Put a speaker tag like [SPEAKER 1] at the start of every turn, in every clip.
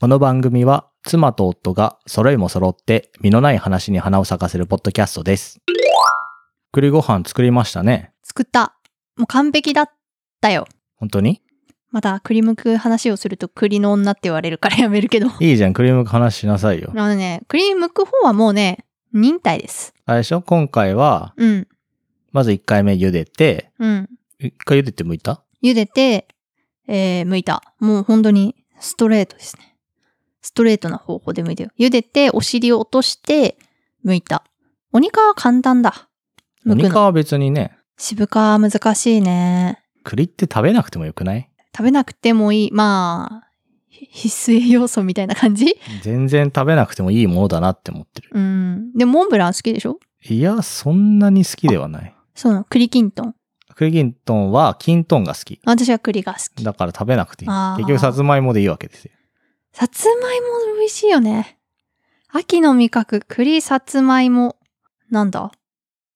[SPEAKER 1] この番組は妻と夫が揃いも揃って身のない話に花を咲かせるポッドキャストです。栗ご飯作りましたね。
[SPEAKER 2] 作った。もう完璧だったよ。
[SPEAKER 1] 本当に
[SPEAKER 2] まだ栗むく話をすると栗の女って言われるからやめるけど。あ
[SPEAKER 1] いいじゃん、栗むく話しなさいよ。
[SPEAKER 2] のね、栗むく方はもうね、忍耐です。
[SPEAKER 1] あれでしょ今回は、
[SPEAKER 2] うん、
[SPEAKER 1] まず1回目茹でて、
[SPEAKER 2] うん。
[SPEAKER 1] 1回茹でて剥いた
[SPEAKER 2] 茹でて、えー、剥いた。もう本当にストレートですね。ストレートな方法で剥いたよ。茹でて、お尻を落として、剥いた。鬼皮は簡単だ。剥
[SPEAKER 1] 肉
[SPEAKER 2] くの。
[SPEAKER 1] は別にね、
[SPEAKER 2] 渋皮は難しいね。
[SPEAKER 1] 栗って食べなくてもよくない
[SPEAKER 2] 食べなくてもいい。まあ、ひ必須要素みたいな感じ
[SPEAKER 1] 全然食べなくてもいいものだなって思ってる。
[SPEAKER 2] うん。で、モンブラン好きでしょ
[SPEAKER 1] いや、そんなに好きではない。
[SPEAKER 2] そうなの。栗きんとん。
[SPEAKER 1] 栗きんとんは、きんとんが好き。
[SPEAKER 2] 私は栗が好き。
[SPEAKER 1] だから食べなくていい。
[SPEAKER 2] あー
[SPEAKER 1] 結局、さつまいもでいいわけですよ。
[SPEAKER 2] さつまいも美味しいよね。秋の味覚、栗、さつまいも。なんだ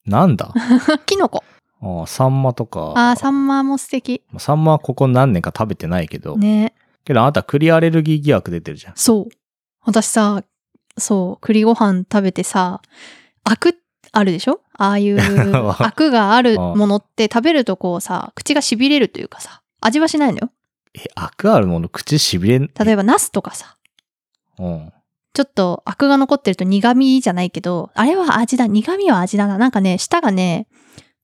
[SPEAKER 1] なんだあ
[SPEAKER 2] キノコ。
[SPEAKER 1] ーサンマとか。
[SPEAKER 2] あー、サンマも素敵。
[SPEAKER 1] サンマはここ何年か食べてないけど。
[SPEAKER 2] ね。
[SPEAKER 1] けど、あなた栗アレルギー疑惑出てるじゃん。
[SPEAKER 2] そう。私さ、そう、栗ご飯食べてさ、アクあるでしょああい う
[SPEAKER 1] わ
[SPEAKER 2] アクがあるものって食べるとこうさ、口が痺れるというかさ、味はしないのよ。
[SPEAKER 1] え、アクあるもの口しびれん。
[SPEAKER 2] 例えば、ナスとかさ、
[SPEAKER 1] うん。
[SPEAKER 2] ちょっとアクが残ってると苦味じゃないけど、あれは味だ、苦味は味だな。なんかね、舌がね、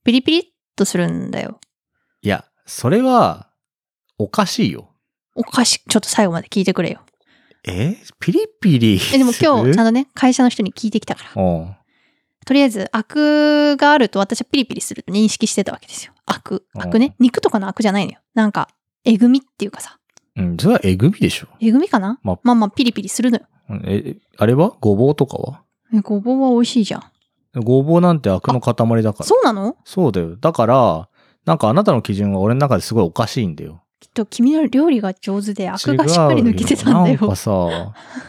[SPEAKER 2] ピリピリっとするんだよ。
[SPEAKER 1] いや、それは、おかしいよ。
[SPEAKER 2] おかしい。ちょっと最後まで聞いてくれよ。
[SPEAKER 1] えピリピリ。
[SPEAKER 2] え、でも今日、ちゃん
[SPEAKER 1] ん
[SPEAKER 2] とね、会社の人に聞いてきたから。
[SPEAKER 1] うん。
[SPEAKER 2] とりあえず、アクがあると私はピリピリすると認識してたわけですよ。アク。アクね。肉とかのアクじゃないのよ。なんか、えぐみっていうかさ。
[SPEAKER 1] うん、それはえぐみでしょ。
[SPEAKER 2] えぐみかな
[SPEAKER 1] ま
[SPEAKER 2] まあまあ、ピリピリするのよ。
[SPEAKER 1] うんえ、あれはごぼうとかは
[SPEAKER 2] えごぼうは美味しいじゃん。
[SPEAKER 1] ごぼうなんて悪の塊だから。
[SPEAKER 2] そうなの
[SPEAKER 1] そうだよ。だから、なんかあなたの基準は俺の中ですごいおかしいんだよ。
[SPEAKER 2] きっと君の料理が上手で、アクがしっかり抜けてた
[SPEAKER 1] 違
[SPEAKER 2] んだ
[SPEAKER 1] うなん
[SPEAKER 2] よ
[SPEAKER 1] か。さ、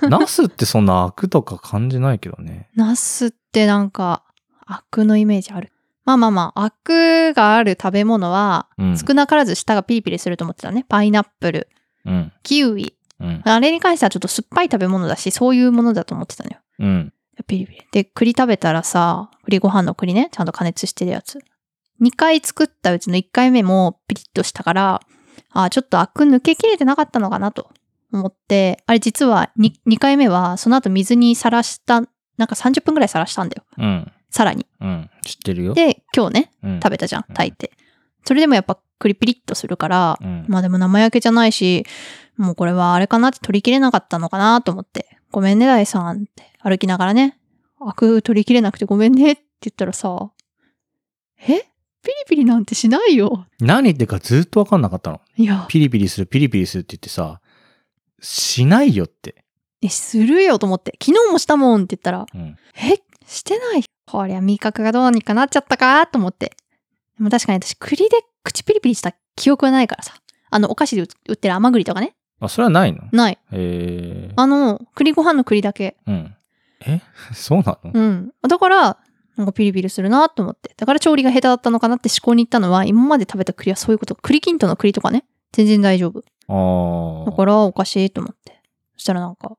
[SPEAKER 1] ナスってそんな悪とか感じないけどね。
[SPEAKER 2] ナスってなんか、アクのイメージある。まあまあまあ、アクがある食べ物は、
[SPEAKER 1] うん。
[SPEAKER 2] 少なからず舌がピリピリすると思ってたね。パイナップル、
[SPEAKER 1] うん。
[SPEAKER 2] キウイ。
[SPEAKER 1] うん。
[SPEAKER 2] あれに関してはちょっと酸っぱい食べ物だし、そういうものだと思ってたのよ。
[SPEAKER 1] うん。
[SPEAKER 2] ピリピリ。で、栗食べたらさ、栗ご飯の栗ね、ちゃんと加熱してるやつ。2回作ったうちの1回目もピリッとしたから、あーちょっとアク抜けきれてなかったのかなと思って、あれ実は 2, 2回目はその後水にさらした、なんか30分くらいさらしたんだよ。
[SPEAKER 1] うん。
[SPEAKER 2] さらに。
[SPEAKER 1] うん。知ってるよ。
[SPEAKER 2] で、今日ね、
[SPEAKER 1] うん、
[SPEAKER 2] 食べたじゃん
[SPEAKER 1] う、ん
[SPEAKER 2] 炊いて。それでもやっぱ栗ピリッとするから、
[SPEAKER 1] うん。
[SPEAKER 2] まあでも生焼けじゃないし、もうこれはあれかなって取り切れなかったのかなと思って、ごめんね、大さんって歩きながらね、アク取り切れなくてごめんねって言ったらさ、えピリピリなんてしないよ。
[SPEAKER 1] 何言ってるかずっとわかんなかったの。
[SPEAKER 2] いや、
[SPEAKER 1] ピリピリする、ピリピリするって言ってさ、しないよって。
[SPEAKER 2] えするよと思って、昨日もしたもんって言ったら、
[SPEAKER 1] うん。
[SPEAKER 2] えしてないこりゃ味覚がどうにかなっちゃったかと思って。でも確かに私栗で口ピリピリした記憶はないからさ。あの、お菓子で売ってる甘栗とかね。
[SPEAKER 1] あ、それはないの
[SPEAKER 2] ない。
[SPEAKER 1] えー。
[SPEAKER 2] あの、栗ご飯の栗だけ。
[SPEAKER 1] うん。え そうなの、
[SPEAKER 2] うん。だから、なんかピリピリするなと思って。だから調理が下手だったのかなって思考に行ったのは、今まで食べた栗はそういうこと。栗きんとんの栗とかね。全然大丈夫。
[SPEAKER 1] あ
[SPEAKER 2] だから、おかしいと思って。そしたらなんか、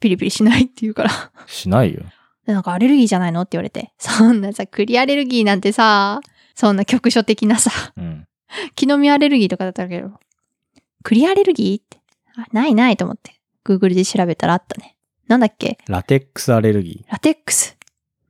[SPEAKER 2] ピリピリしないって言うから。
[SPEAKER 1] あ。しないよ。
[SPEAKER 2] でなんかアレルギーじゃないのって言われて。そんなさ、栗アレルギーなんてさ、そんな局所的なさ、
[SPEAKER 1] うん。
[SPEAKER 2] 木の実アレルギーとかだったけど、栗アレルギーって。あ、ないないと思って。Google で調べたらあったね。なんだっけ
[SPEAKER 1] ラテックスアレルギー。
[SPEAKER 2] ラテックス。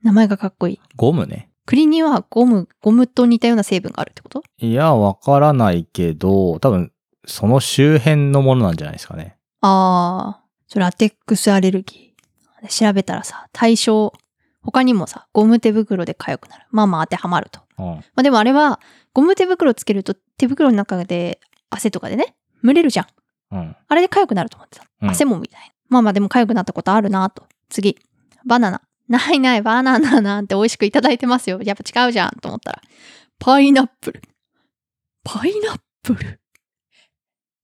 [SPEAKER 2] 名前がかっこいい。
[SPEAKER 1] ゴムね。
[SPEAKER 2] 栗にはゴム、ゴムと似たような成分があるってこと
[SPEAKER 1] いや、わからないけど、多分、その周辺のものなんじゃないですかね。
[SPEAKER 2] ああ、それラテックスアレルギー。調べたらさ、対象、他にもさ、ゴム手袋で痒くなる。まあまあ当てはまると。
[SPEAKER 1] うん。
[SPEAKER 2] まあでもあれは、ゴム手袋つけると手袋の中で汗とかでね、蒸れるじゃん。
[SPEAKER 1] うん。
[SPEAKER 2] あれで痒くなると思ってた。
[SPEAKER 1] うん
[SPEAKER 2] 汗もみたいな。まあまあでも痒くなったことあるなと。次。バナナ。ないないバナナなんて美味しくいただいてますよ。やっぱ違うじゃんと思ったら。パイナップル。パイナップル。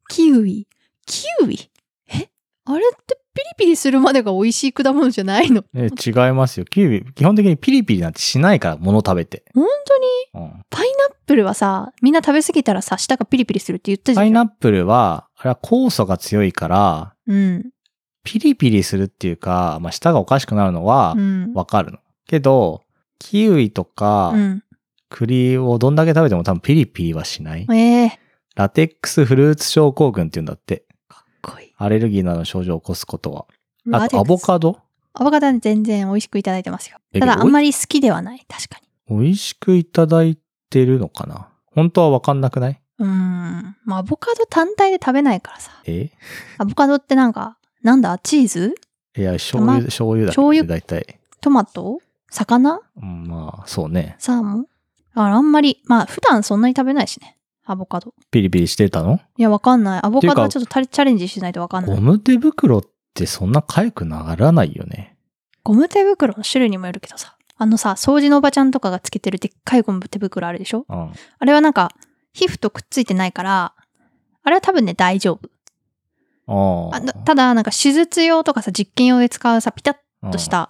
[SPEAKER 2] キウイ。キウイえあれってピリピリするまでが美味しい果物じゃないの
[SPEAKER 1] え、違いますよ。キウイ、基本的にピリピリなんてしないから、物食べて。
[SPEAKER 2] 本当に
[SPEAKER 1] うん。
[SPEAKER 2] パイナップルはさ、みんな食べ過ぎたらさ、舌がピリピリするって言ったじゃん。
[SPEAKER 1] パイナップルは、あれは酵素が強いから、
[SPEAKER 2] うん。
[SPEAKER 1] ピリピリするっていうか、まあ、舌がおかしくなるのは
[SPEAKER 2] うん。
[SPEAKER 1] わかるの。けど、キウイとか
[SPEAKER 2] うん。
[SPEAKER 1] 栗をどんだけ食べても多分ピリピリはしない。
[SPEAKER 2] ええ
[SPEAKER 1] ラテックスフルーツ症候群って言うんだって。
[SPEAKER 2] かっこいい。
[SPEAKER 1] アレルギーなどの症状を起こすことは。あ
[SPEAKER 2] ラテ
[SPEAKER 1] と
[SPEAKER 2] ッ
[SPEAKER 1] ア
[SPEAKER 2] クス
[SPEAKER 1] ボカド
[SPEAKER 2] アボカドは全然美味しくいただいてますよ。
[SPEAKER 1] え
[SPEAKER 2] た
[SPEAKER 1] け
[SPEAKER 2] だ、
[SPEAKER 1] ど
[SPEAKER 2] あんまり好きではない。確かに。
[SPEAKER 1] 美味しくいただいてるのかな本当はわかんなくないう
[SPEAKER 2] ーん。まあ、アボカド単体で食べないからさ。
[SPEAKER 1] え
[SPEAKER 2] アボカドってなんか、なんだチーズ
[SPEAKER 1] いや、醤油、
[SPEAKER 2] ま
[SPEAKER 1] 醤油だけど
[SPEAKER 2] 醤
[SPEAKER 1] ね
[SPEAKER 2] 油
[SPEAKER 1] 大体。
[SPEAKER 2] トマト魚
[SPEAKER 1] うんまあ、そうね。
[SPEAKER 2] サーモンだからあんまり、まあ、普段そんなに食べないしね。アボカド。
[SPEAKER 1] ピリピリしてたの
[SPEAKER 2] いや、わかんない。アボカドは
[SPEAKER 1] って
[SPEAKER 2] ちょっとタレチャレンジしないとわかんな
[SPEAKER 1] ゴ
[SPEAKER 2] い。
[SPEAKER 1] ム手袋ってそんな痒くならないよね。
[SPEAKER 2] ゴム手袋の種類にもよるけどさ。あのさ、掃除のおばちゃんとかがつけてるでっかいゴム手袋あるでしょ
[SPEAKER 1] うん。
[SPEAKER 2] あれはなんか、皮膚とくっついてないから、あれは多分ね、大丈夫。
[SPEAKER 1] あ
[SPEAKER 2] あだただ、なんか手術用とかさ、実験用で使うさ、ピタッ
[SPEAKER 1] あ。
[SPEAKER 2] とした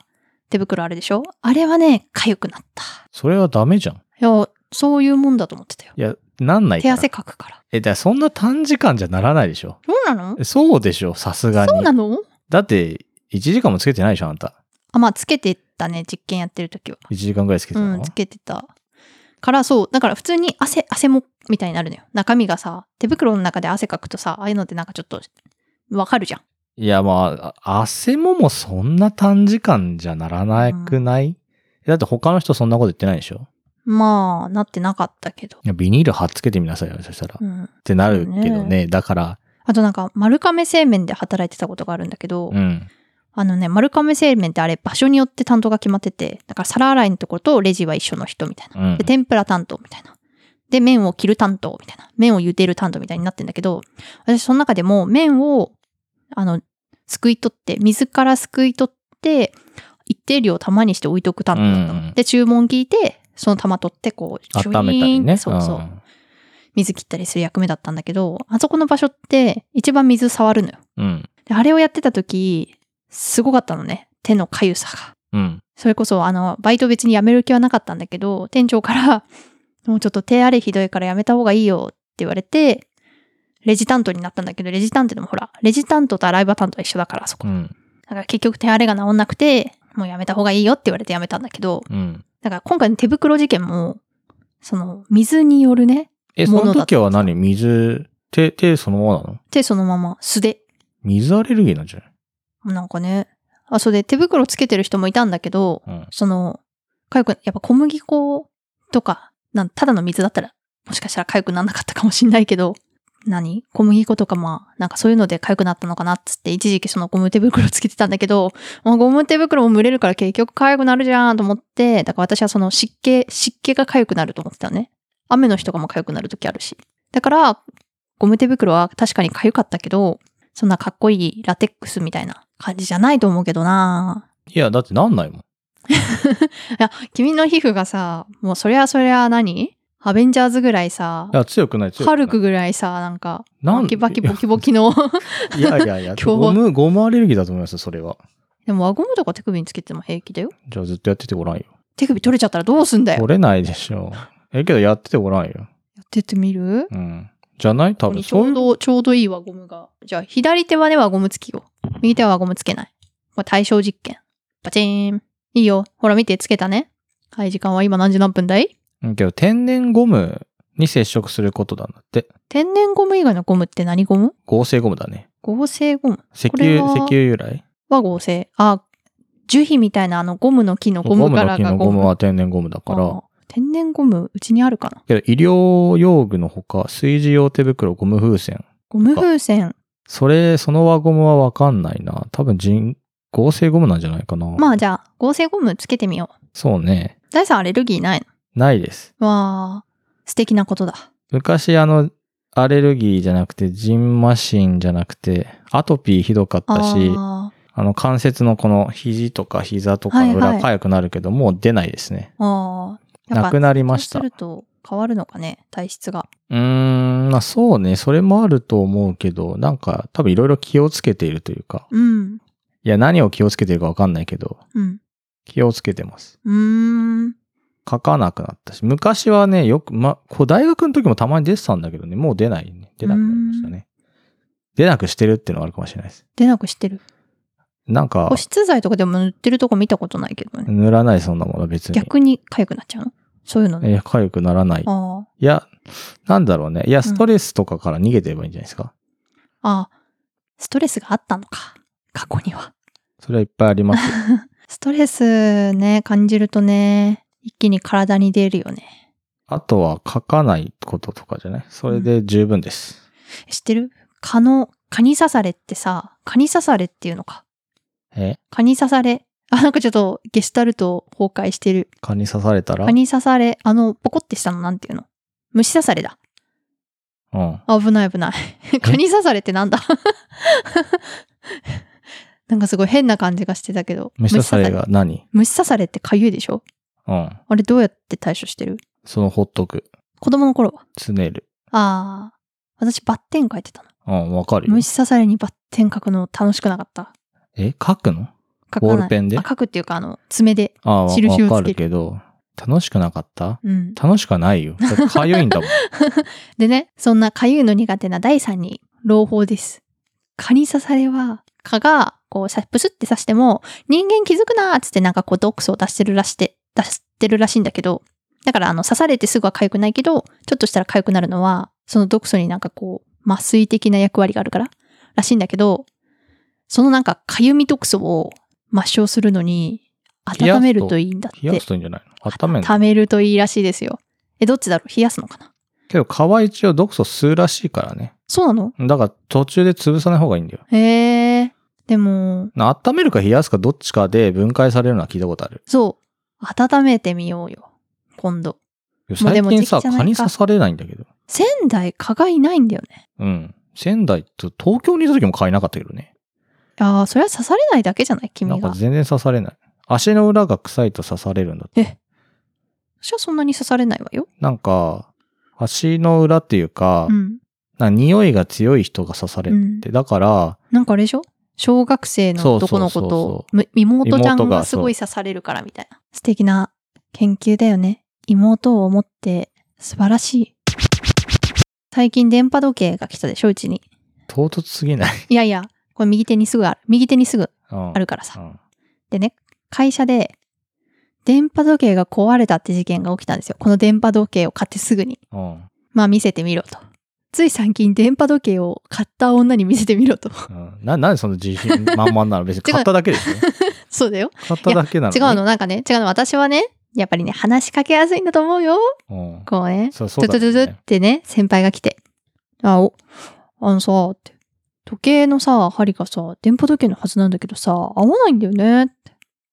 [SPEAKER 2] 手袋あるでしょあれはね、痒くなった。
[SPEAKER 1] それはダメじゃん。
[SPEAKER 2] いや、そういうもんだと思ってたよ。
[SPEAKER 1] いや、なんないか
[SPEAKER 2] 手
[SPEAKER 1] ら。
[SPEAKER 2] 汗かくから。
[SPEAKER 1] え、だからそんな短時間じゃならないでしょ。
[SPEAKER 2] そうなの
[SPEAKER 1] えそうでしょ、さすがに。
[SPEAKER 2] そうなの
[SPEAKER 1] だって、1時間もつけてないでしょ、あんた。
[SPEAKER 2] あ、まあ、つけてたね、実験やってる時は。
[SPEAKER 1] 1時間ぐらいつけて
[SPEAKER 2] う
[SPEAKER 1] たの、
[SPEAKER 2] ん、つけてた。から、そう、だから普通に汗、汗も、みたいになるのよ。中身がさ、手袋の中で汗かくとさ、ああいうのってなんかちょっと、わかるじゃん。
[SPEAKER 1] いや、まあ、あ汗ももそんな短時間じゃならなくない、だって他の人そんなこと言ってないでしょ。
[SPEAKER 2] まあ、なってなかったけど。
[SPEAKER 1] いやビニール貼っつけてみなさいよ、そしたら。
[SPEAKER 2] う
[SPEAKER 1] っ
[SPEAKER 2] ん。
[SPEAKER 1] てなるけど
[SPEAKER 2] そう
[SPEAKER 1] ね。だから、
[SPEAKER 2] あとなんか、丸亀製麺で働いてたことがあるんだけど、
[SPEAKER 1] うん。
[SPEAKER 2] あのね、丸亀製麺ってあれ、場所によって担当が決まってて、だから皿洗いのところとレジは一緒の人みたいな。
[SPEAKER 1] うん
[SPEAKER 2] で、。天ぷら担当みたいな。で、麺を切る担当みたいな。麺を茹でる担当みたいになってんだけど、私その中でも麺を、あの、すくい取って、水からすくい取って、一定量玉にして置いとく担当だったの。
[SPEAKER 1] うんうん
[SPEAKER 2] で、注文聞いて、その玉取って、こう、チュイー
[SPEAKER 1] 温
[SPEAKER 2] ン
[SPEAKER 1] めたり
[SPEAKER 2] って
[SPEAKER 1] ね。
[SPEAKER 2] そうそう。
[SPEAKER 1] ん
[SPEAKER 2] 水切ったりする役目だったんだけど、あそこの場所って一番水触るのよ。
[SPEAKER 1] うん。
[SPEAKER 2] であれをやってた時、すごかったのね。手のかゆさが。
[SPEAKER 1] うん。
[SPEAKER 2] それこそ、あの、バイト別に辞める気はなかったんだけど、店長から、もうちょっと手荒れひどいから辞めた方がいいよって言われて、レジ担当になったんだけど、レジ担当でもほら、レジ担当と洗い場担当は一緒だから、そこ。
[SPEAKER 1] う
[SPEAKER 2] だ
[SPEAKER 1] ん。
[SPEAKER 2] から結局手荒れが治んなくて、もう辞めた方がいいよって言われて辞めたんだけど、
[SPEAKER 1] うん。
[SPEAKER 2] だから今回の手袋事件も、その、水によるね、
[SPEAKER 1] え、
[SPEAKER 2] も
[SPEAKER 1] そ
[SPEAKER 2] のだ
[SPEAKER 1] の
[SPEAKER 2] った
[SPEAKER 1] 時は何水、手、手そのままなの
[SPEAKER 2] 手そのまま素で
[SPEAKER 1] 水アレルギーなんじゃない
[SPEAKER 2] なんかね。あ、それで手袋つけてる人もいたんだけど、
[SPEAKER 1] うん。
[SPEAKER 2] その、かゆく、やっぱ小麦粉とか、なんただの水だったら、もしかしたらかゆくならなかったかもしんないけど、 何小麦粉とかまあ、なんかそういうのでかゆくなったのかなっつって、一時期そのゴム手袋つけてたんだけど、まあ、ゴム手袋も蒸れるから結局かゆくなるじゃんと思って、だから私はその湿気、湿気がかゆくなると思ってたのね。雨の日とかもかゆくなる時あるし。だから、ゴム手袋は確かにかゆかったけど、そんなかっこいいラテックスみたいな感じじゃないと思うけどない
[SPEAKER 1] や、だってなんないもん。
[SPEAKER 2] いや、君の皮膚がさ、もうそりゃそりゃ何アベンジャーズぐらいさ
[SPEAKER 1] い、や、強くない、強くな
[SPEAKER 2] ハ
[SPEAKER 1] い。
[SPEAKER 2] ルクぐらいさ、なんか、
[SPEAKER 1] なん
[SPEAKER 2] バキバキボキボキの。
[SPEAKER 1] いやいやいや、
[SPEAKER 2] 今日は
[SPEAKER 1] ゴム、ゴムアレルギーだと思いますよ、それは。
[SPEAKER 2] でも輪ゴムとか手首につけても平気だよ。
[SPEAKER 1] じゃあずっとやっててごらんよ。
[SPEAKER 2] 手首取れちゃったらどうすんだよ。
[SPEAKER 1] 取れないでしょう。え、けどやっててごらんよ。
[SPEAKER 2] やってってみる
[SPEAKER 1] うん。じゃない多
[SPEAKER 2] ここ
[SPEAKER 1] 分
[SPEAKER 2] にち
[SPEAKER 1] そう
[SPEAKER 2] ょ
[SPEAKER 1] いうう。
[SPEAKER 2] ど、ちょうどいい輪ゴムが。じゃあ、左手はね、輪ゴムつきよ。右手は輪ゴムつけない。これ対象実験。バチーン。いいよ。ほら見て、つけたね。はい、時間は今何時何分だい
[SPEAKER 1] うんけど天然ゴムに接触することなんだって。
[SPEAKER 2] 天然ゴム以外のゴムって何ゴム
[SPEAKER 1] 合成ゴムだね。
[SPEAKER 2] 合成ゴム
[SPEAKER 1] 石
[SPEAKER 2] これ
[SPEAKER 1] 油、
[SPEAKER 2] は
[SPEAKER 1] 石油由来。
[SPEAKER 2] は合成。あ、樹皮みたいなあのゴムの木のゴムか
[SPEAKER 1] の
[SPEAKER 2] ら
[SPEAKER 1] 木
[SPEAKER 2] が
[SPEAKER 1] の
[SPEAKER 2] ゴ
[SPEAKER 1] ゴ
[SPEAKER 2] ム。
[SPEAKER 1] ムは天然ゴムだか
[SPEAKER 2] あ
[SPEAKER 1] ら。
[SPEAKER 2] 天然ゴム、うちにあるかな。
[SPEAKER 1] けど医療用具のほか、炊事用手袋、ゴム風船。
[SPEAKER 2] ゴム風船。
[SPEAKER 1] それ、その輪ゴムはわかんないな。多分人、合成ゴムなんじゃないかな。
[SPEAKER 2] まあじゃあ、合成ゴムつけてみよう。
[SPEAKER 1] そうね。
[SPEAKER 2] 大さんアレルギーない
[SPEAKER 1] ないです。
[SPEAKER 2] のわあ、素敵なことだ。
[SPEAKER 1] 昔あの、アレルギーじゃなくて、ジンマシンじゃなくて、アトピーひどかったし、あ
[SPEAKER 2] あ
[SPEAKER 1] の関節のこの肘とか膝とかの
[SPEAKER 2] はい
[SPEAKER 1] 裏
[SPEAKER 2] は
[SPEAKER 1] 痒くなるけど、もう出ないですね。
[SPEAKER 2] ーあー、やっ
[SPEAKER 1] な
[SPEAKER 2] ぱ
[SPEAKER 1] くなりました。
[SPEAKER 2] そうす
[SPEAKER 1] う
[SPEAKER 2] ると変わるのかね、体質が。
[SPEAKER 1] ーん、まあそうね、それもあると思うけど、なんか多分いろいろ気をつけているというか、
[SPEAKER 2] うん、
[SPEAKER 1] いや何を気をつけてるかわかんないけど、
[SPEAKER 2] うん。
[SPEAKER 1] 気をつけてます。
[SPEAKER 2] うーん。
[SPEAKER 1] 書かなくなったし、昔はね、よく、ま、こう大学の時もたまに出てたんだけどね、もう出ないね。出なくなりましたね。出なくしてるっていうのはあるかもしれないです。
[SPEAKER 2] 出なくしてる。
[SPEAKER 1] なんか
[SPEAKER 2] 保、湿剤とかでも塗ってるとこ見たことないけどね。
[SPEAKER 1] 塗らないそんなもの別に。
[SPEAKER 2] 逆に痒くなっちゃうのそういうのね。
[SPEAKER 1] え、痒くならない。
[SPEAKER 2] あ
[SPEAKER 1] いや、なんだろうね。いや、ストレスとかから逃げてればいいんじゃないですか。
[SPEAKER 2] あ。ああ。ストレスがあったのか。過去には。
[SPEAKER 1] それはいっぱいあります よ。
[SPEAKER 2] ストレスね、感じるとね、一気に体に出るよね。
[SPEAKER 1] あとは書かないこととかじゃないそれで十分です。
[SPEAKER 2] 知ってる蚊の、蚊に刺されってさ、蚊に刺されっていうのか。
[SPEAKER 1] え
[SPEAKER 2] 蚊に刺され。あ、なんかちょっとゲシュタルト崩壊してる。
[SPEAKER 1] 蚊に刺されたら
[SPEAKER 2] 蚊に刺され、あの、ポコってしたのなんていうの虫刺されだ。
[SPEAKER 1] うん。
[SPEAKER 2] あ危ない危ない。蚊に刺されってなんだ なんかすごい変な感じがしてたけど。
[SPEAKER 1] 虫刺され
[SPEAKER 2] 虫刺さ
[SPEAKER 1] が何
[SPEAKER 2] れ虫刺されってかゆいでしょ
[SPEAKER 1] うん。
[SPEAKER 2] あれどうやって対処してる
[SPEAKER 1] そのほっとく。
[SPEAKER 2] 子供の頃は。
[SPEAKER 1] つねる。
[SPEAKER 2] ああ。私バッテン書いてたの。
[SPEAKER 1] うん、わかるよ。
[SPEAKER 2] 虫刺されにバッテン書くの楽しくなかった。
[SPEAKER 1] え書くの
[SPEAKER 2] 書か
[SPEAKER 1] ボ
[SPEAKER 2] ない。
[SPEAKER 1] ールペンで
[SPEAKER 2] あ書くっていうか、あの、爪で。
[SPEAKER 1] ああ、わ
[SPEAKER 2] 印をつける
[SPEAKER 1] わかるけど、楽しくなかった
[SPEAKER 2] うん。
[SPEAKER 1] 楽しくはないよ。だってかゆいんだもん。
[SPEAKER 2] でね、そんなかゆいの苦手な第3に朗報です。蚊に刺されは、蚊が、こう、さプスって刺しても、人間気づくなーっつってなんかこう、毒素を出してるらして、出してるらしいんだけど、だからあの、刺されてすぐは痒くないけど、ちょっとしたら痒くなるのは、その毒素になんかこう、麻酔的な役割があるから、らしいんだけど、そのなんか痒み毒素を抹消するのに、温めるといいんだって。
[SPEAKER 1] 冷やすといいんじゃないの温める。
[SPEAKER 2] 温めるといいらしいですよ。え、どっちだろう冷やすのかな
[SPEAKER 1] けど、蚊は一応毒素吸うらしいからね。
[SPEAKER 2] そうなの
[SPEAKER 1] だから途中で潰さない方がいいんだよ。
[SPEAKER 2] へえ。でも、
[SPEAKER 1] な温めるか冷やすかどっちかで分解されるのは聞いたことある。
[SPEAKER 2] そう。温めてみようよ。今度。もうで
[SPEAKER 1] 最
[SPEAKER 2] も
[SPEAKER 1] 近さ、
[SPEAKER 2] 時期じゃないか
[SPEAKER 1] 蚊に刺されないんだけど。
[SPEAKER 2] 仙台、蚊がいないんだよね。
[SPEAKER 1] うん。仙台と東京にいた時も蚊いなかったけどね。
[SPEAKER 2] ああ、それは刺されないだけじゃない
[SPEAKER 1] なん
[SPEAKER 2] 君
[SPEAKER 1] か
[SPEAKER 2] が。
[SPEAKER 1] 全然刺されない。足の裏が臭いと刺されるんだって。
[SPEAKER 2] 私はそんなに刺されないわよ。
[SPEAKER 1] なんか、足の裏っていうか、
[SPEAKER 2] うん。
[SPEAKER 1] なんか匂いが強い人が刺されるって。だから、
[SPEAKER 2] なんかあれでしょ小学生の
[SPEAKER 1] そうそう
[SPEAKER 2] 男の子
[SPEAKER 1] そうそ
[SPEAKER 2] とむ妹ちゃん
[SPEAKER 1] 妹
[SPEAKER 2] が
[SPEAKER 1] が
[SPEAKER 2] すごい刺されるからみたいな。素敵な研究だよね。妹を思って素晴らしい。最近電波時計が来たでしょうちに。
[SPEAKER 1] 唐突すぎない。
[SPEAKER 2] いやいや、これ右手にすぐある。右手にすぐ
[SPEAKER 1] うん
[SPEAKER 2] あるからさ
[SPEAKER 1] う。ん
[SPEAKER 2] でね、会社で電波時計が壊れたって事件が起きたんですよ。この電波時計を買ってすぐに。
[SPEAKER 1] うん。
[SPEAKER 2] まあ見せてみろと。つい最近電波時計を買った女に見せてみろと。
[SPEAKER 1] うん。な、 なんでその自信満々なの別に
[SPEAKER 2] 違う
[SPEAKER 1] 買っただけでし ょ
[SPEAKER 2] そうだよ。
[SPEAKER 1] 買っただけなの
[SPEAKER 2] 違
[SPEAKER 1] に。
[SPEAKER 2] うの、なんかね、違うの、私はね、やっぱりね、話しかけやすいんだと思うよ。
[SPEAKER 1] うん。
[SPEAKER 2] こうね、
[SPEAKER 1] そう、そ
[SPEAKER 2] トゥ
[SPEAKER 1] う
[SPEAKER 2] トゥトゥト
[SPEAKER 1] だ、
[SPEAKER 2] ゥっ
[SPEAKER 1] ね。
[SPEAKER 2] てね、先輩が来て。あ、お、あのさ、って。時計のさ、針がさ、電波時計のはずなんだけどさ、合わないんだよねって。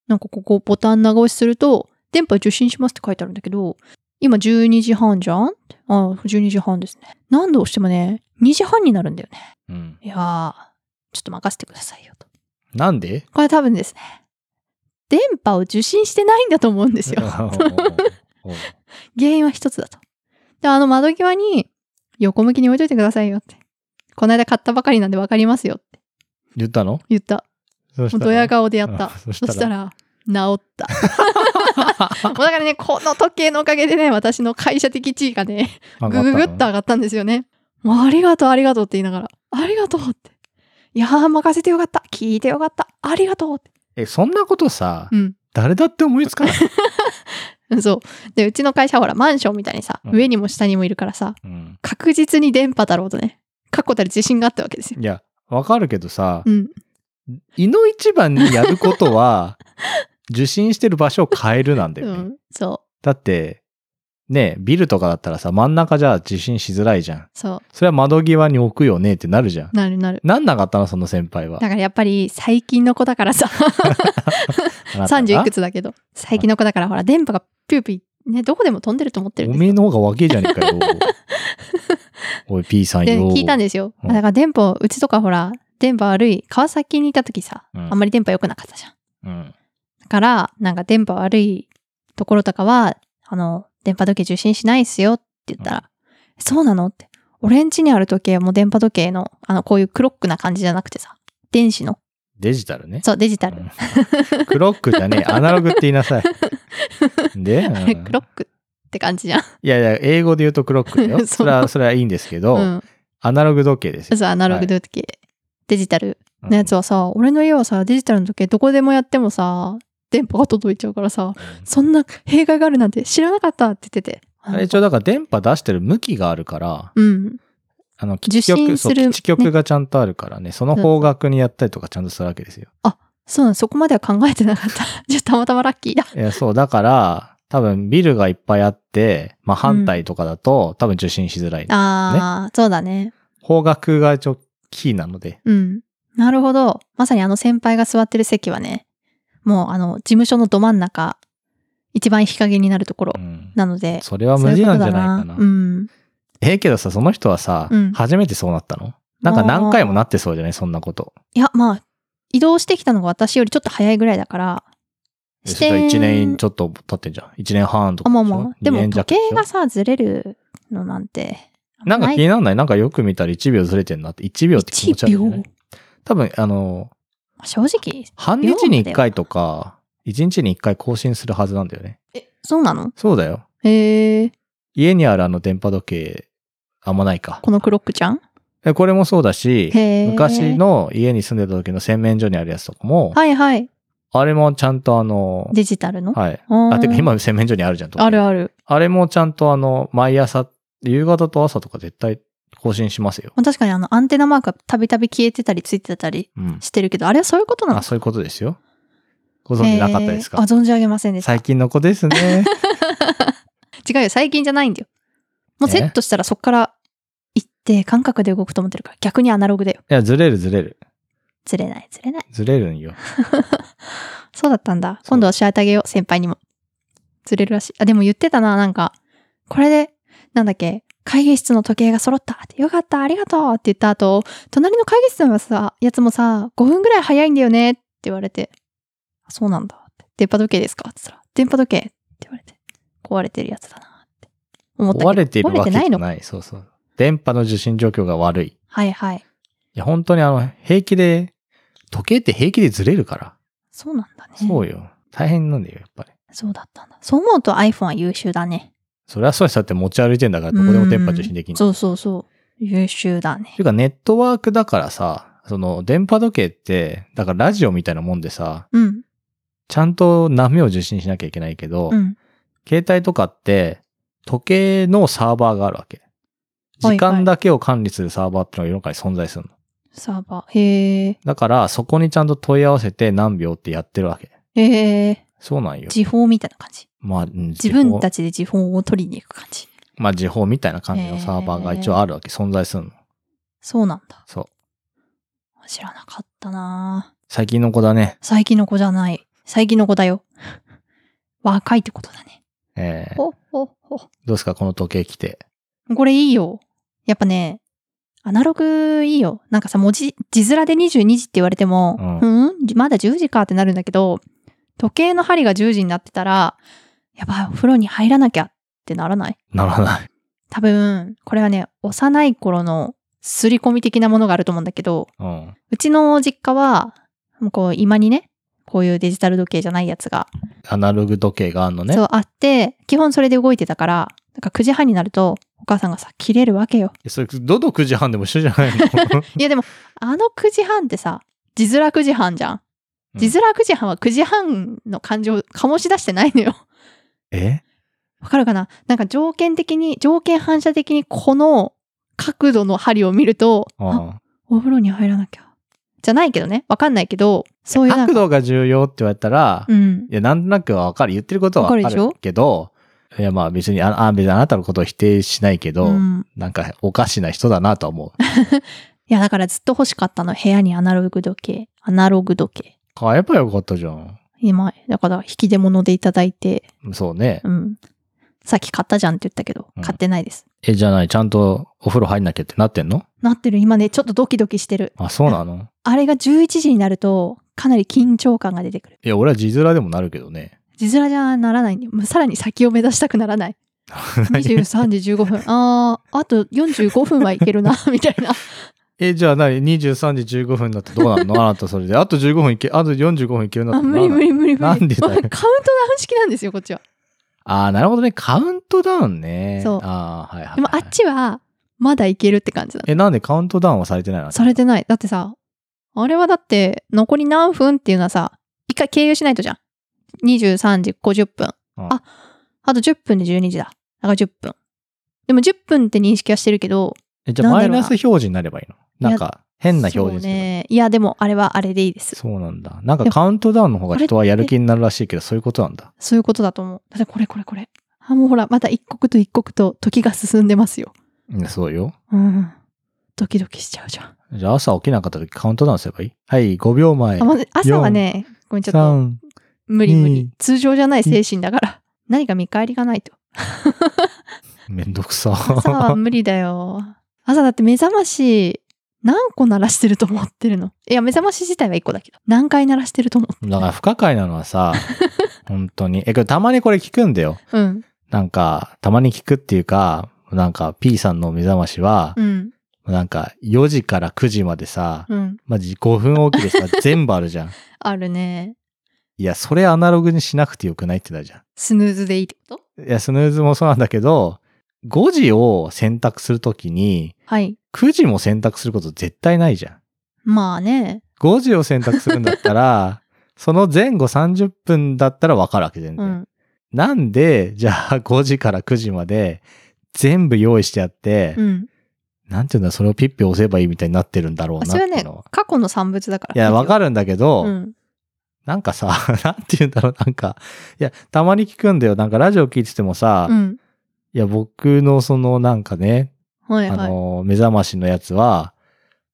[SPEAKER 2] なんかここボタン長押しすると、電波受信しますって書いてあるんだけど、今12時半じゃんってあ、12時半ですね。何度押してもね、2時半になるんだよね。
[SPEAKER 1] うん。
[SPEAKER 2] いやー、ちょっと任せてくださいよと。
[SPEAKER 1] なんで
[SPEAKER 2] これ多分ですね、電波を受信してないんだと思うんです よ。
[SPEAKER 1] うん
[SPEAKER 2] 原因は一つだと。で、あの窓際に横向きに置いといてくださいよって。この間買ったばかりなんで分かりますよって
[SPEAKER 1] 言ったの
[SPEAKER 2] 言った。
[SPEAKER 1] も
[SPEAKER 2] もうド ヤ顔でやった。
[SPEAKER 1] あそ
[SPEAKER 2] そ
[SPEAKER 1] したら
[SPEAKER 2] したら、治った。もうだからね、この時計のおかげでね、私の会社的地位がね、
[SPEAKER 1] 上が
[SPEAKER 2] ぐ
[SPEAKER 1] った
[SPEAKER 2] ぐ
[SPEAKER 1] の
[SPEAKER 2] ぐっと上がったんですよね。もうありがとう、ありがとうって言いながら、ありがとうって。いやー、任せてよかった。聞いてよかった。ありがとうって。
[SPEAKER 1] え、そんなことさ、
[SPEAKER 2] うん。
[SPEAKER 1] 誰だって思いつかない。
[SPEAKER 2] そう。で、うちの会社ほら、マンションみたいにさ、
[SPEAKER 1] うん
[SPEAKER 2] 上にも下にもいるからさ、
[SPEAKER 1] うん。
[SPEAKER 2] 確実に電波だろうとね、確固たる自信があったわけですよ。
[SPEAKER 1] いや、わかるけどさ
[SPEAKER 2] う、ん。
[SPEAKER 1] 胃の一番にやること は、受信してる場所を変えるなんだ
[SPEAKER 2] う
[SPEAKER 1] よね。
[SPEAKER 2] ん。そ
[SPEAKER 1] だって、ねビルとかだったらさ、真ん中じゃ受信しづらいじゃん。
[SPEAKER 2] う。そ
[SPEAKER 1] それは窓際に置くよねってなるじゃん
[SPEAKER 2] う。。なるなる。
[SPEAKER 1] なんなかったのその先輩は
[SPEAKER 2] だ。からやっぱり最近の子だからさ、
[SPEAKER 1] あなたが
[SPEAKER 2] 30いくつだけど、最近の子だからほら、電波がピューピュー、ね、どこでも飛んでると思ってるん
[SPEAKER 1] お
[SPEAKER 2] です
[SPEAKER 1] めえの方が若えじゃねえか よ。おい、P さん
[SPEAKER 2] で、
[SPEAKER 1] よ。
[SPEAKER 2] 聞いたんですよ。
[SPEAKER 1] うん
[SPEAKER 2] だから電波、うちとかほら、電波悪い、川崎にいた時さ、
[SPEAKER 1] うん
[SPEAKER 2] あんまり電波良くなかったじゃん。
[SPEAKER 1] うん。
[SPEAKER 2] だから、なんか電波悪いところとかは、あの、電波時計受信しないっすよって言ったら、そうなのって。俺ん家にある時計も電波時計の、あの、こういうクロックな感じじゃなくてさ、電子の、
[SPEAKER 1] デジタルね。
[SPEAKER 2] そう、デジタル。
[SPEAKER 1] うんクロックじゃ ねえ。アナログって言いなさい。で、うん
[SPEAKER 2] あれクロックって感じじゃん。
[SPEAKER 1] いやいや、英語で言うとクロックだ
[SPEAKER 2] そう
[SPEAKER 1] よ。それは、それはいいんですけど、
[SPEAKER 2] うん。
[SPEAKER 1] アナログ時計ですよ。
[SPEAKER 2] そう、アナログ時計。デジタル
[SPEAKER 1] うん
[SPEAKER 2] のやつはさ、俺の家はさ、デジタルの時計どこでもやってもさ、電波が届いちゃうからさ、そんな弊害があるなんて知らなかったって言ってて。
[SPEAKER 1] あれ一応だから電波出してる向きがあるから、
[SPEAKER 2] うん。
[SPEAKER 1] あの、基
[SPEAKER 2] 受
[SPEAKER 1] 地局、
[SPEAKER 2] 信
[SPEAKER 1] そう
[SPEAKER 2] する
[SPEAKER 1] 基地局がちゃんとあるからね、その方角にやったりとかちゃんとするわけですよ。
[SPEAKER 2] そうなんそこまでは考えてなかった。 じゃあたまたまラッキーだ。
[SPEAKER 1] いや、そう、だから、多分ビルがいっぱいあって、まあ反対とかだと、多分受信しづらい。
[SPEAKER 2] ああ、そうだね。
[SPEAKER 1] 方角が一応キーなので。
[SPEAKER 2] うん。なるほど。まさにあの先輩が座ってる席はね、もうあの、事務所のど真ん中、一番日陰になるところ
[SPEAKER 1] うん。
[SPEAKER 2] なので、
[SPEAKER 1] それは
[SPEAKER 2] そう
[SPEAKER 1] 無
[SPEAKER 2] い
[SPEAKER 1] 理
[SPEAKER 2] うこ
[SPEAKER 1] な
[SPEAKER 2] と
[SPEAKER 1] んじ
[SPEAKER 2] だ
[SPEAKER 1] ゃないかな。
[SPEAKER 2] うん。
[SPEAKER 1] ええけどさ、その人はさ、
[SPEAKER 2] うん
[SPEAKER 1] 初めてそうなったのなんか何回もなってそうじゃないそんなこと。
[SPEAKER 2] いや、まあ、移動してきたのが私よりちょっと早いぐらいだから、
[SPEAKER 1] え
[SPEAKER 2] し
[SPEAKER 1] そ
[SPEAKER 2] て
[SPEAKER 1] れ1年ちょっと経ってんじゃん。1年半と
[SPEAKER 2] あ、
[SPEAKER 1] かし
[SPEAKER 2] ま
[SPEAKER 1] ょ。
[SPEAKER 2] あまあ。
[SPEAKER 1] 二
[SPEAKER 2] でも
[SPEAKER 1] 年
[SPEAKER 2] 時
[SPEAKER 1] 弱
[SPEAKER 2] 計
[SPEAKER 1] しょ
[SPEAKER 2] がさ、ずれるのなんて。
[SPEAKER 1] なんか
[SPEAKER 2] ない
[SPEAKER 1] 気にならないなんかよく見たら1秒ずれてんなって。1秒って気持ち悪い、
[SPEAKER 2] 1
[SPEAKER 1] ね
[SPEAKER 2] 秒。
[SPEAKER 1] 多分、あの、
[SPEAKER 2] 正直。
[SPEAKER 1] 半日に1回とか、1日に1回更新するはずなんだよね。
[SPEAKER 2] え、そうなの
[SPEAKER 1] そうだよ。
[SPEAKER 2] へえ、
[SPEAKER 1] 家にあるあの電波時計、あんまないか。
[SPEAKER 2] このクロックちゃん
[SPEAKER 1] えこれもそうだし、
[SPEAKER 2] へー
[SPEAKER 1] 昔の家に住んでた時の洗面所にあるやつとかも、
[SPEAKER 2] はいはい。
[SPEAKER 1] あれもちゃんとあの、
[SPEAKER 2] デジタルの、
[SPEAKER 1] はい。
[SPEAKER 2] あ
[SPEAKER 1] あ、てか
[SPEAKER 2] ー
[SPEAKER 1] 今洗面所にあるじゃん。時計
[SPEAKER 2] あるある。
[SPEAKER 1] あれもちゃんとあの、毎朝、夕方と朝とか絶対更新しますよ。
[SPEAKER 2] まあ確かにあの、アンテナマークがたびたび消えてたりついてたり
[SPEAKER 1] うん。
[SPEAKER 2] してるけど、あれはそういうことなの
[SPEAKER 1] あ、そういうことですよ。ご存知なかったです
[SPEAKER 2] へー
[SPEAKER 1] か
[SPEAKER 2] あ、存じ上げませんでした。
[SPEAKER 1] 最近の子です ね。
[SPEAKER 2] 違うよ、最近じゃないんだよ。もう
[SPEAKER 1] え
[SPEAKER 2] セットしたらそっから行って感覚で動くと思ってるから、逆にアナログだよ。
[SPEAKER 1] いや、ずれるずれる。
[SPEAKER 2] ずれない、ずれない。
[SPEAKER 1] ずれるんよ。
[SPEAKER 2] そうだったんだ。
[SPEAKER 1] そう
[SPEAKER 2] 今度教えてあげよう、先輩にも。ずれるらしい。あ、でも言ってたな、なんか、これで、なんだっけ、会議室の時計が揃ったって、よかった、ありがとうって言った後、隣の会議室のさ、やつもさ、5分ぐらい早いんだよねって言われて、あそうなんだって。電波時計ですかって言ったら、電波時計って言われて、壊れてるやつだなって思ったけど。
[SPEAKER 1] 壊れているわけじ
[SPEAKER 2] 壊れ
[SPEAKER 1] ゃ
[SPEAKER 2] てないの
[SPEAKER 1] ない。そうそう。電波の受信状況が悪い。い
[SPEAKER 2] はいはい。
[SPEAKER 1] や、本当にあの、平気で、時計って平気でずれるから。
[SPEAKER 2] そうなんだね。
[SPEAKER 1] そうよ。大変なんだよ、やっぱり。
[SPEAKER 2] そうだったんだ。そう思うと iPhone は優秀だね。
[SPEAKER 1] それはそうですだって持ち歩いてんだから、どこでも電波受信でき
[SPEAKER 2] うん
[SPEAKER 1] る。
[SPEAKER 2] そうそうそう。優秀だね
[SPEAKER 1] て。いうか、ネットワークだからさ、その、電波時計って、だからラジオみたいなもんでさ、
[SPEAKER 2] うん。
[SPEAKER 1] ちゃんと波を受信しなきゃいけないけど、
[SPEAKER 2] うん。
[SPEAKER 1] 携帯とかって、時計のサーバーがあるわけ。
[SPEAKER 2] はいはい
[SPEAKER 1] 時間だけを管理するサーバーっていうのが世の中に存在するの。
[SPEAKER 2] サーバー。へえ。
[SPEAKER 1] だから、そこにちゃんと問い合わせて何秒ってやってるわけ。
[SPEAKER 2] へえ。
[SPEAKER 1] そうなんよ。
[SPEAKER 2] 時報みたいな感じ。
[SPEAKER 1] まあ、自
[SPEAKER 2] 自分た
[SPEAKER 1] ち。
[SPEAKER 2] ちで時報を取りに行く感じ。
[SPEAKER 1] まあ、時報みたいな感じのサーバーが一応あるわけ。存在するの。
[SPEAKER 2] そうなんだ。
[SPEAKER 1] そう。
[SPEAKER 2] 知らなかったな
[SPEAKER 1] 最近の子だね。
[SPEAKER 2] 最近の子じゃない。最近の子だよ。若いってことだね。
[SPEAKER 1] えー、ど
[SPEAKER 2] ほほほ。
[SPEAKER 1] うですかこの時計来て。
[SPEAKER 2] これいいよ。やっぱね、アナログいいよ。なんかさ、文字、字面で22時って言われても、
[SPEAKER 1] う
[SPEAKER 2] うん、まだ10時かってなるんだけど、時計の針が10時になってたら、やばい、お風呂に入らなきゃってならない
[SPEAKER 1] ならない。
[SPEAKER 2] 多分、これはね、幼い頃の刷り込み的なものがあると思うんだけど、
[SPEAKER 1] うん。
[SPEAKER 2] うちの実家は、もうこう、今にね、こういうデジタル時計じゃないやつが、
[SPEAKER 1] アナログ時計があるのね。
[SPEAKER 2] そうあって、基本それで動いてたから、なんか9時半になると、お母さんがさ、切れるわけよ。
[SPEAKER 1] えそれ、どの9時半でも一緒じゃないの
[SPEAKER 2] いやでも、あの9時半ってさ、字面9時半じゃん。
[SPEAKER 1] うん
[SPEAKER 2] 字面9時半は9時半の感情を醸し出してないのよ。
[SPEAKER 1] え
[SPEAKER 2] わかるかななんか条件的に、条件反射的にこの角度の針を見ると、あ
[SPEAKER 1] うん。
[SPEAKER 2] お風呂に入らなきゃ。じゃないけどね。わかんないけど、そういうなん
[SPEAKER 1] 角
[SPEAKER 2] か。
[SPEAKER 1] 度が重要って言われたら、
[SPEAKER 2] うん。
[SPEAKER 1] いや、なんとなくはわかる。言ってることはわか
[SPEAKER 2] わかるで
[SPEAKER 1] るけど、いや、まあ別に、あ、あ別にあなたのことを否定しないけど、
[SPEAKER 2] うん
[SPEAKER 1] なんかおかしな人だなとは思う。
[SPEAKER 2] いや、だからずっと欲しかったの。部屋にアナログ時計。アナログ時計。
[SPEAKER 1] 買えばよかったじゃん。
[SPEAKER 2] 今、だから引き出物でいただいて、
[SPEAKER 1] そうね。
[SPEAKER 2] うん。さっき買ったじゃんって言ったけど
[SPEAKER 1] う、ん
[SPEAKER 2] 買ってないです。
[SPEAKER 1] え、じゃない、ちゃんとお風呂入んなきゃってなってんの
[SPEAKER 2] なってる。今ね、ちょっとドキドキしてる。
[SPEAKER 1] あ、そうなの
[SPEAKER 2] あれが11時になると、かなり緊張感が出てくる。
[SPEAKER 1] いや、俺は字面でもなるけどね。
[SPEAKER 2] 字面じゃならないんで、もうさらに先を目指したくならない。
[SPEAKER 1] 何
[SPEAKER 2] 23時15分。 あー、あと45分はいけるな、みたいな。
[SPEAKER 1] え、じゃあ何 ?23 時15分になってどうなる のあなたそれで。あと15分いけ、あと45分いけるな
[SPEAKER 2] あ、
[SPEAKER 1] って
[SPEAKER 2] 無理無
[SPEAKER 1] 理。
[SPEAKER 2] 理無理無理。
[SPEAKER 1] なんでだよ
[SPEAKER 2] カウントダウン式なんですよ、こっちは。
[SPEAKER 1] あーなるほどね。カウントダウンね。
[SPEAKER 2] そう
[SPEAKER 1] あーはいはい、はい。
[SPEAKER 2] でもあっちは、まだいけるって感じだ。
[SPEAKER 1] え、なんでカウントダウンはされてないの
[SPEAKER 2] されてない。だってさ、あれはだって、残り何分っていうのはさ、一回経由しないとじゃん。23時50分。
[SPEAKER 1] うん
[SPEAKER 2] あ、あと10分で12時だ。だから10分。でも10分って認識はしてるけど、
[SPEAKER 1] えじゃあ
[SPEAKER 2] なん
[SPEAKER 1] マ
[SPEAKER 2] だ
[SPEAKER 1] イ
[SPEAKER 2] ろうな
[SPEAKER 1] ナス表示になればいいのなんか変な表示す
[SPEAKER 2] そ
[SPEAKER 1] る。
[SPEAKER 2] うね。いや、でもあれはあれでいいです。
[SPEAKER 1] そうなんだ。なんかカウントダウンの方が人はやる気になるらしいけど、そういうことなんだ。
[SPEAKER 2] そういうことだと思う。だってこれこれこれ。あ、もうほら、また一刻と一刻と時が進んでますよ。
[SPEAKER 1] うんそうよ。
[SPEAKER 2] うん。ドキドキしちゃうじゃん。
[SPEAKER 1] じゃあ朝起きなかった時カウントダウンすればいいはい、5秒前
[SPEAKER 2] あ。まず朝はね、ごめん、ちょっと
[SPEAKER 1] 3、
[SPEAKER 2] 無理無理
[SPEAKER 1] 二。
[SPEAKER 2] 通常じゃない精神だから。何か見返りがないと。
[SPEAKER 1] めんどくさ。
[SPEAKER 2] 朝は無理だよ。朝だって目覚まし何個鳴らしてると思ってるのいや、目覚まし自体は1個だけど。何回鳴らしてると思ってる
[SPEAKER 1] だから不可解なのは さ、本当に。え、これたまにこれ聞くんだよ。
[SPEAKER 2] うん。
[SPEAKER 1] なんか、たまに聞くっていうか、なんか P さんの目覚ましは、
[SPEAKER 2] うん。
[SPEAKER 1] なんか4時から9時までさ、
[SPEAKER 2] うん。
[SPEAKER 1] まじ5分おき でさ、全部あるじゃん。
[SPEAKER 2] あるね。
[SPEAKER 1] いや、それアナログにしなくてよくないってなるじゃ
[SPEAKER 2] スヌーズでいいってこと
[SPEAKER 1] ん。いや、スヌーズもそうなんだけど、5時を選択するときに、
[SPEAKER 2] はい。
[SPEAKER 1] 9時も選択すること絶対ないじゃん。
[SPEAKER 2] まあね。
[SPEAKER 1] 5時を選択するんだった ら、その前後30分だったらわかるわけ全
[SPEAKER 2] う
[SPEAKER 1] 然。
[SPEAKER 2] ん。
[SPEAKER 1] なんで、じゃあ5時 から9時まで全部用意してあって、
[SPEAKER 2] うん。
[SPEAKER 1] なんていうんだ、それをピッピ押せばいいみたいになってるんだろうなって
[SPEAKER 2] それは
[SPEAKER 1] いう
[SPEAKER 2] ね
[SPEAKER 1] のは。、
[SPEAKER 2] 過去の産物だから。
[SPEAKER 1] いや、わか
[SPEAKER 2] る。
[SPEAKER 1] るんだけど、
[SPEAKER 2] うん。
[SPEAKER 1] なんかさ、 なんていうんだろう、なんか、いや、たまに聞くんだよ。なんかラジオ聞いててもさ、
[SPEAKER 2] うん。
[SPEAKER 1] いや、僕のそのなんかね、
[SPEAKER 2] はい
[SPEAKER 1] あ
[SPEAKER 2] はい。
[SPEAKER 1] の、目覚ましのやつは、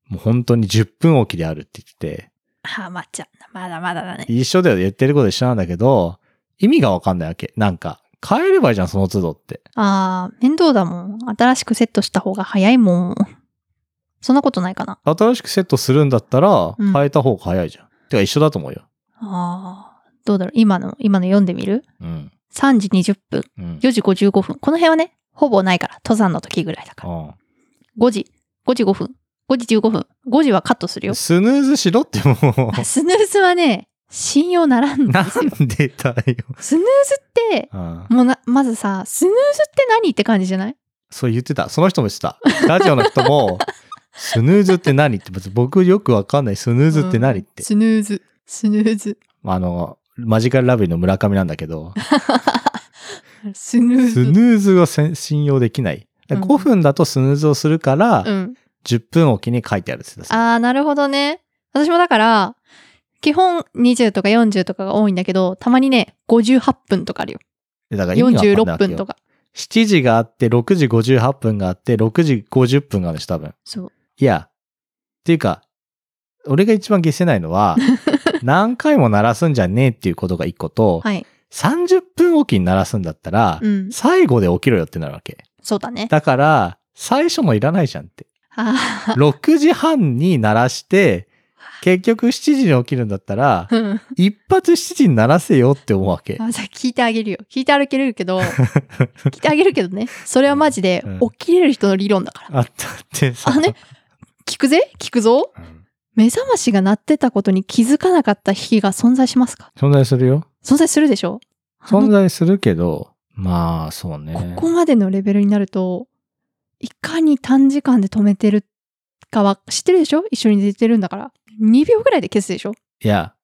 [SPEAKER 1] もう本当に10分おきであるって言ってて、
[SPEAKER 2] あ、まっちゃん。まだまだだね。
[SPEAKER 1] 一緒だよ、言ってること一緒なんだけど、意味がわかんないわけ。なんか、変えればいいじゃん、その都度って。
[SPEAKER 2] ああ、面倒だもん。新しくセットした方が早いもん。そんなことないかな。
[SPEAKER 1] 新しくセットするんだったら、
[SPEAKER 2] うん
[SPEAKER 1] 変えた方が早いじゃん。てか一緒だと思うよ。
[SPEAKER 2] ああ、どうだろう。今の、今の読んでみる
[SPEAKER 1] うん。
[SPEAKER 2] 3時20分、
[SPEAKER 1] うん。
[SPEAKER 2] 4時55分。この辺はね、ほぼないから。登山の時ぐらいだから。
[SPEAKER 1] う
[SPEAKER 2] 5時、5時5分、5時15分。5時はカットするよ
[SPEAKER 1] ん、。スヌーズしろってもう
[SPEAKER 2] あスヌーズはね、信用ならん
[SPEAKER 1] な
[SPEAKER 2] のですよ。
[SPEAKER 1] んでだよ、
[SPEAKER 2] スヌーズって、
[SPEAKER 1] うん、
[SPEAKER 2] もうな、まずさ、スヌーズって何って感じじゃない
[SPEAKER 1] そう言ってたその人も言ってたラジオの人 もスヌーズって何って別に僕よくわかんないスヌーズって何って
[SPEAKER 2] うん、スヌーズ、スヌーズ、
[SPEAKER 1] あのマジカルラブリーの村上なんだけど
[SPEAKER 2] スヌーズ。
[SPEAKER 1] スヌーズがせん信用できない
[SPEAKER 2] うん
[SPEAKER 1] 5分だとスヌーズをするから、
[SPEAKER 2] うん。
[SPEAKER 1] 10分おきに書いてあるって言ってた
[SPEAKER 2] ああ、なるほどね。私もだから、基本20とか40とかが多いんだけど、たまにね、58分とかあるよ。
[SPEAKER 1] でだから意味がわかんない
[SPEAKER 2] 46
[SPEAKER 1] わけよ
[SPEAKER 2] 分とか。
[SPEAKER 1] 7時があって6時58分があって6時50分があるし多分
[SPEAKER 2] そう。
[SPEAKER 1] いや、っていうか、俺が一番消せないの は、何回も鳴らすんじゃねえっていうことが一個と、
[SPEAKER 2] はい。
[SPEAKER 1] 30分おきに鳴らすんだったら、
[SPEAKER 2] うん。
[SPEAKER 1] 最後で起きろよってなるわけ。
[SPEAKER 2] そうだね。
[SPEAKER 1] だから、最初のいらないじゃん って。
[SPEAKER 2] あ
[SPEAKER 1] 6時半に鳴らして、結局7時に起きるんだったら
[SPEAKER 2] あ。、うん。
[SPEAKER 1] 一発7時に鳴らせよって思うわけ。
[SPEAKER 2] あじゃあ聞いてあげるよ。聞いてあげる けど、聞いてあげるけどね。それはマジで
[SPEAKER 1] うん、
[SPEAKER 2] 起きれる人の理論だから。
[SPEAKER 1] あったってさ。
[SPEAKER 2] あね聞くぜ聞くぞ
[SPEAKER 1] うん
[SPEAKER 2] 目覚ましが鳴ってたことに気づかなかった日が存在しますか
[SPEAKER 1] 存在するよ。
[SPEAKER 2] 存在するでしょあの
[SPEAKER 1] 存在するけど、まあ、そうね。
[SPEAKER 2] ここまでのレベルになると、いかに短時間で止めてるかは知ってるでしょ一緒に出てるんだから。2秒ぐらいで消すでしょ
[SPEAKER 1] いや、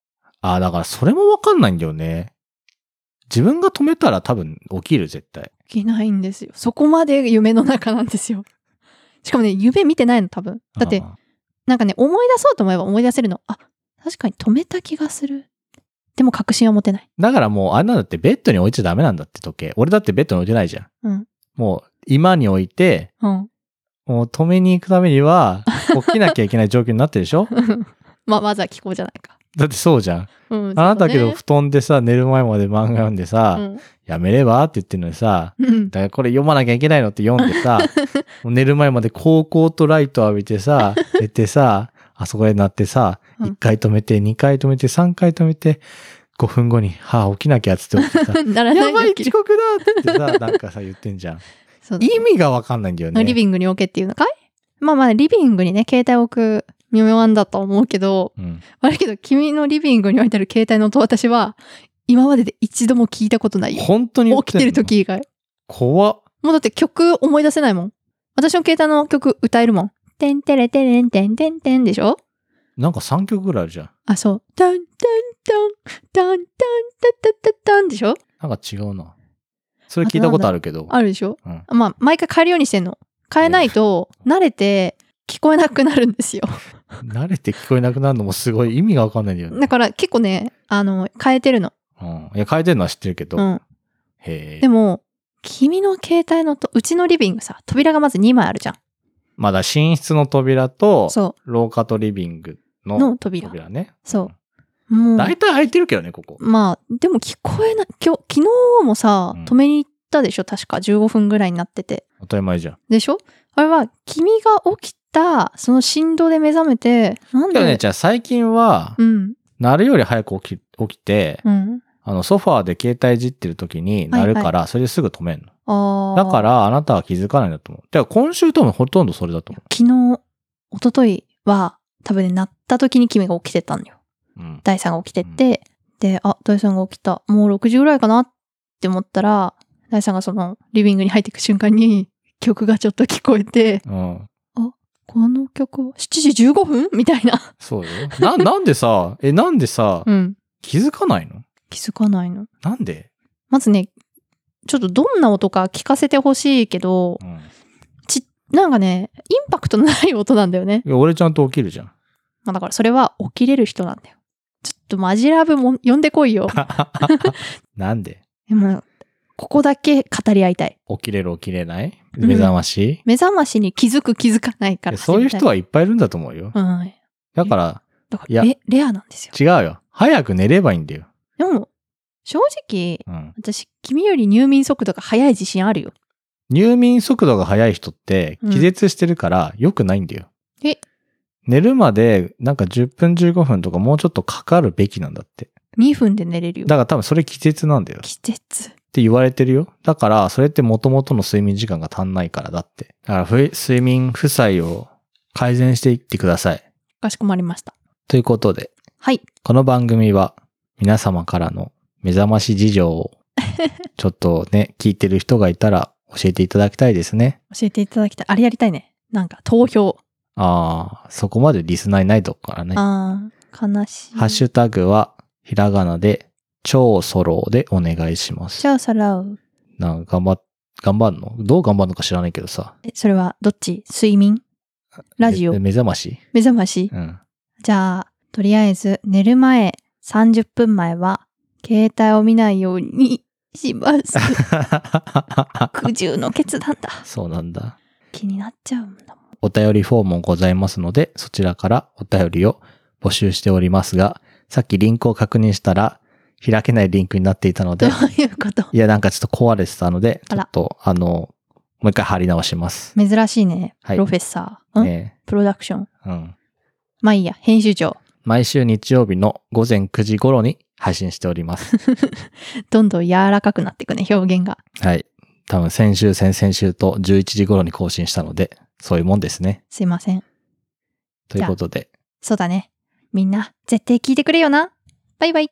[SPEAKER 1] あーだからそれもわかんないんだよね。自分が止めたら多分起きる、絶対。
[SPEAKER 2] いけないんですよ。そこまで夢の中なんですよ。しかもね、夢見てないの多分。だって、
[SPEAKER 1] あ
[SPEAKER 2] なんかね、思い出そうと思えば思い出せるの。あ、確かに止めた気がする。でも確信は持てない。
[SPEAKER 1] ーだからもう、あれなんだって、ベッドに置いちゃダメなんだって、時計。俺だってベッドに置いてないじゃん。
[SPEAKER 2] うん
[SPEAKER 1] もう、今に置いて、
[SPEAKER 2] うん。
[SPEAKER 1] もう止めに行くために は、起きなきゃいけない状況になってるでしょ
[SPEAKER 2] まあ、まずは聞こうじゃないか。
[SPEAKER 1] だってそうじゃん。
[SPEAKER 2] うん。
[SPEAKER 1] あなたけ
[SPEAKER 2] そ
[SPEAKER 1] ど、
[SPEAKER 2] う
[SPEAKER 1] 布団でさ、寝る前まで漫画読んでさ、
[SPEAKER 2] だね
[SPEAKER 1] やめればって言ってるのにさ、
[SPEAKER 2] うん。うん。
[SPEAKER 1] だからこれ読まなきゃいけないのって読んでさ、もう寝る前まで高校とライト浴びて さ、寝てさ、あそこでなってさ、
[SPEAKER 2] うん
[SPEAKER 1] 1回止めて、2回止めて、3回止めて、5分後に、はあ、起きなきゃっつって起きて さ、
[SPEAKER 2] ならない
[SPEAKER 1] やばい、
[SPEAKER 2] 起き
[SPEAKER 1] 遅
[SPEAKER 2] る
[SPEAKER 1] 刻だってさ、なんかさ、言ってん じゃん。
[SPEAKER 2] そうだね
[SPEAKER 1] 意味がわかんないんだよね。
[SPEAKER 2] リビングに置けっていうのかいまあまあ、リビングにね、携帯を置く妙案だとは思うけど、
[SPEAKER 1] うん、
[SPEAKER 2] 悪いけど、君のリビングに置いてある携帯の音、私は、今までで一度も聞いたことないよ。
[SPEAKER 1] 本当に言
[SPEAKER 2] 起
[SPEAKER 1] っ
[SPEAKER 2] き
[SPEAKER 1] ん
[SPEAKER 2] て
[SPEAKER 1] の
[SPEAKER 2] る。時以外。
[SPEAKER 1] 怖っ。
[SPEAKER 2] もうだって曲思い出せないもん。私の携帯の曲歌えるもん。てんてれてれんてんてんてんでしょ
[SPEAKER 1] なんか3曲ぐらいあるじゃん。
[SPEAKER 2] あ、そう。タンタンタン、タンタンタタタタンでしょ
[SPEAKER 1] なんか違うな。それ聞いたことあるけど。
[SPEAKER 2] あるでしょ
[SPEAKER 1] うん
[SPEAKER 2] まあ、毎回変えるようにしてんの。変えないと、慣れて聞こえなくなるんですよ。
[SPEAKER 1] 慣れて聞こえなくなるのもすごい意味がわかんないんだよね。
[SPEAKER 2] だから結構ね、あの、変えてるの。
[SPEAKER 1] うん。いや、変えてるのは知ってるけど。
[SPEAKER 2] うん。
[SPEAKER 1] へ
[SPEAKER 2] で
[SPEAKER 1] え。
[SPEAKER 2] も、君の携帯のと、うちのリビングさ、扉がまず2枚あるじゃん。
[SPEAKER 1] まだ寝室の扉と、
[SPEAKER 2] そ
[SPEAKER 1] 廊下とリビング
[SPEAKER 2] う。
[SPEAKER 1] の
[SPEAKER 2] の扉。
[SPEAKER 1] 扉ね。
[SPEAKER 2] そう。もう、
[SPEAKER 1] 大体開いてるけどね、ここ。
[SPEAKER 2] まあ、でも聞こえない。今日、昨日もさ
[SPEAKER 1] うん、
[SPEAKER 2] 止めに行ったでしょ確か15分ぐらいになってて。
[SPEAKER 1] 当たり前じゃん。
[SPEAKER 2] でしょあれは、君が起きた、その振動で目覚めて、なん
[SPEAKER 1] けどね、
[SPEAKER 2] で、
[SPEAKER 1] じゃあ最近は、
[SPEAKER 2] うん、
[SPEAKER 1] なるより早く起き起きて、
[SPEAKER 2] うん。
[SPEAKER 1] あの、ソファーで携帯いじってる時になるから、それですぐ止めんの。
[SPEAKER 2] ああ。
[SPEAKER 1] だから、あなたは気づかないんだと思う。てか、今週多分ほとんどそれだと思
[SPEAKER 2] 昨日、一昨日は、多分ね、鳴った時に君が起きてたのよ。
[SPEAKER 1] う。うん。
[SPEAKER 2] 大さんが起きてて、で、あ、大さんが起きた。もう6時ぐらいかなって思ったら、大さんがその、リビングに入っていく瞬間に、 曲がちょっと聞こえて、
[SPEAKER 1] うん。
[SPEAKER 2] この曲は7時15分みたいな。
[SPEAKER 1] そうだよ。な、なんでさ、え、なんでさ、
[SPEAKER 2] うん。
[SPEAKER 1] 気づかないの
[SPEAKER 2] 気づかないの。
[SPEAKER 1] なんで
[SPEAKER 2] まずね、ちょっとどんな音か聞かせてほしいけど、
[SPEAKER 1] うん。
[SPEAKER 2] なんかね、インパクトのない音なんだよね。
[SPEAKER 1] いや俺ちゃんと起きるじゃん。
[SPEAKER 2] まあだからそれは起きれる人なんだよ。ちょっとマジラブも呼んでこ いよ。
[SPEAKER 1] なんで
[SPEAKER 2] でも、ここだけ語り合いたい。
[SPEAKER 1] 起きれる起きれない
[SPEAKER 2] うん
[SPEAKER 1] 目覚まし、
[SPEAKER 2] 目覚ましに気づく気づかないから。
[SPEAKER 1] そういう人はいっぱいいるんだと思うよ。
[SPEAKER 2] うん。
[SPEAKER 1] だから、
[SPEAKER 2] だか
[SPEAKER 1] いや
[SPEAKER 2] らレ、レアなんですよ。
[SPEAKER 1] 違うよ。早く寝ればいいんだよ。
[SPEAKER 2] でも、正直、
[SPEAKER 1] うん。
[SPEAKER 2] 私、君より入眠速度が速い自信あるよ。
[SPEAKER 1] 入眠速度が速い人って
[SPEAKER 2] うん
[SPEAKER 1] 気絶してるから良くないんだよ。
[SPEAKER 2] え
[SPEAKER 1] 寝るまでなんか10分15分とかもうちょっとかかるべきなんだって。
[SPEAKER 2] 2分で寝れるよ
[SPEAKER 1] だ。から多分それ気絶なんだよ。っ
[SPEAKER 2] 季節。
[SPEAKER 1] て言われてるよ。だからそれって元々の睡眠時間が足んないからだって。だからふ睡眠負債を改善していってください。
[SPEAKER 2] かしこまりました。
[SPEAKER 1] ということで、
[SPEAKER 2] はい。
[SPEAKER 1] この番組は皆様からの目覚まし事情 をちょっとね、聞いてる人がいたら教えていただきたいですね。
[SPEAKER 2] 教えていただきたい。あれやりたいね。なんか、投票。
[SPEAKER 1] ああ、そこまでリスナーいないとこからね。
[SPEAKER 2] あー、悲しい。
[SPEAKER 1] ハッシュタグはひらがなで超ソロでお願いします
[SPEAKER 2] じ。ゃあ、さらう。
[SPEAKER 1] なんか頑張っ、頑張るのどう頑張るのか知らないけどさ。
[SPEAKER 2] え、それは、どっち睡眠ラジオ
[SPEAKER 1] め目覚まし
[SPEAKER 2] 目覚まし
[SPEAKER 1] うん。
[SPEAKER 2] じゃあ、とりあえず、寝る前、30分前は、携帯を見ないように します。苦渋の決断だ。
[SPEAKER 1] そうなんだ。
[SPEAKER 2] 気になっちゃうんだもん。
[SPEAKER 1] お便りフォームもございますので、そちらからお便りを募集しておりますが、さっきリンクを確認したら、開けないリンクになっていたの
[SPEAKER 2] ど
[SPEAKER 1] で
[SPEAKER 2] う、いうこと
[SPEAKER 1] いや、なんかちょっと壊れてたので、ち
[SPEAKER 2] あ
[SPEAKER 1] ょ
[SPEAKER 2] ら
[SPEAKER 1] っと、あの、もう一回貼り直します。
[SPEAKER 2] 珍しいね。
[SPEAKER 1] はい
[SPEAKER 2] プロフェッサー。ん、
[SPEAKER 1] ね
[SPEAKER 2] プロダクション。
[SPEAKER 1] うん。
[SPEAKER 2] まあいいや、編集長。
[SPEAKER 1] 毎週日曜日の午前9時頃に配信しており ます。
[SPEAKER 2] どんどん柔らかくなっていくね、表現が。
[SPEAKER 1] はい。多分先週、先々週と11時頃に更新したので、そういうもんですね。
[SPEAKER 2] すいません。
[SPEAKER 1] ということで、
[SPEAKER 2] そうだね。みんな、絶対聞いてくれよな。バイバイ。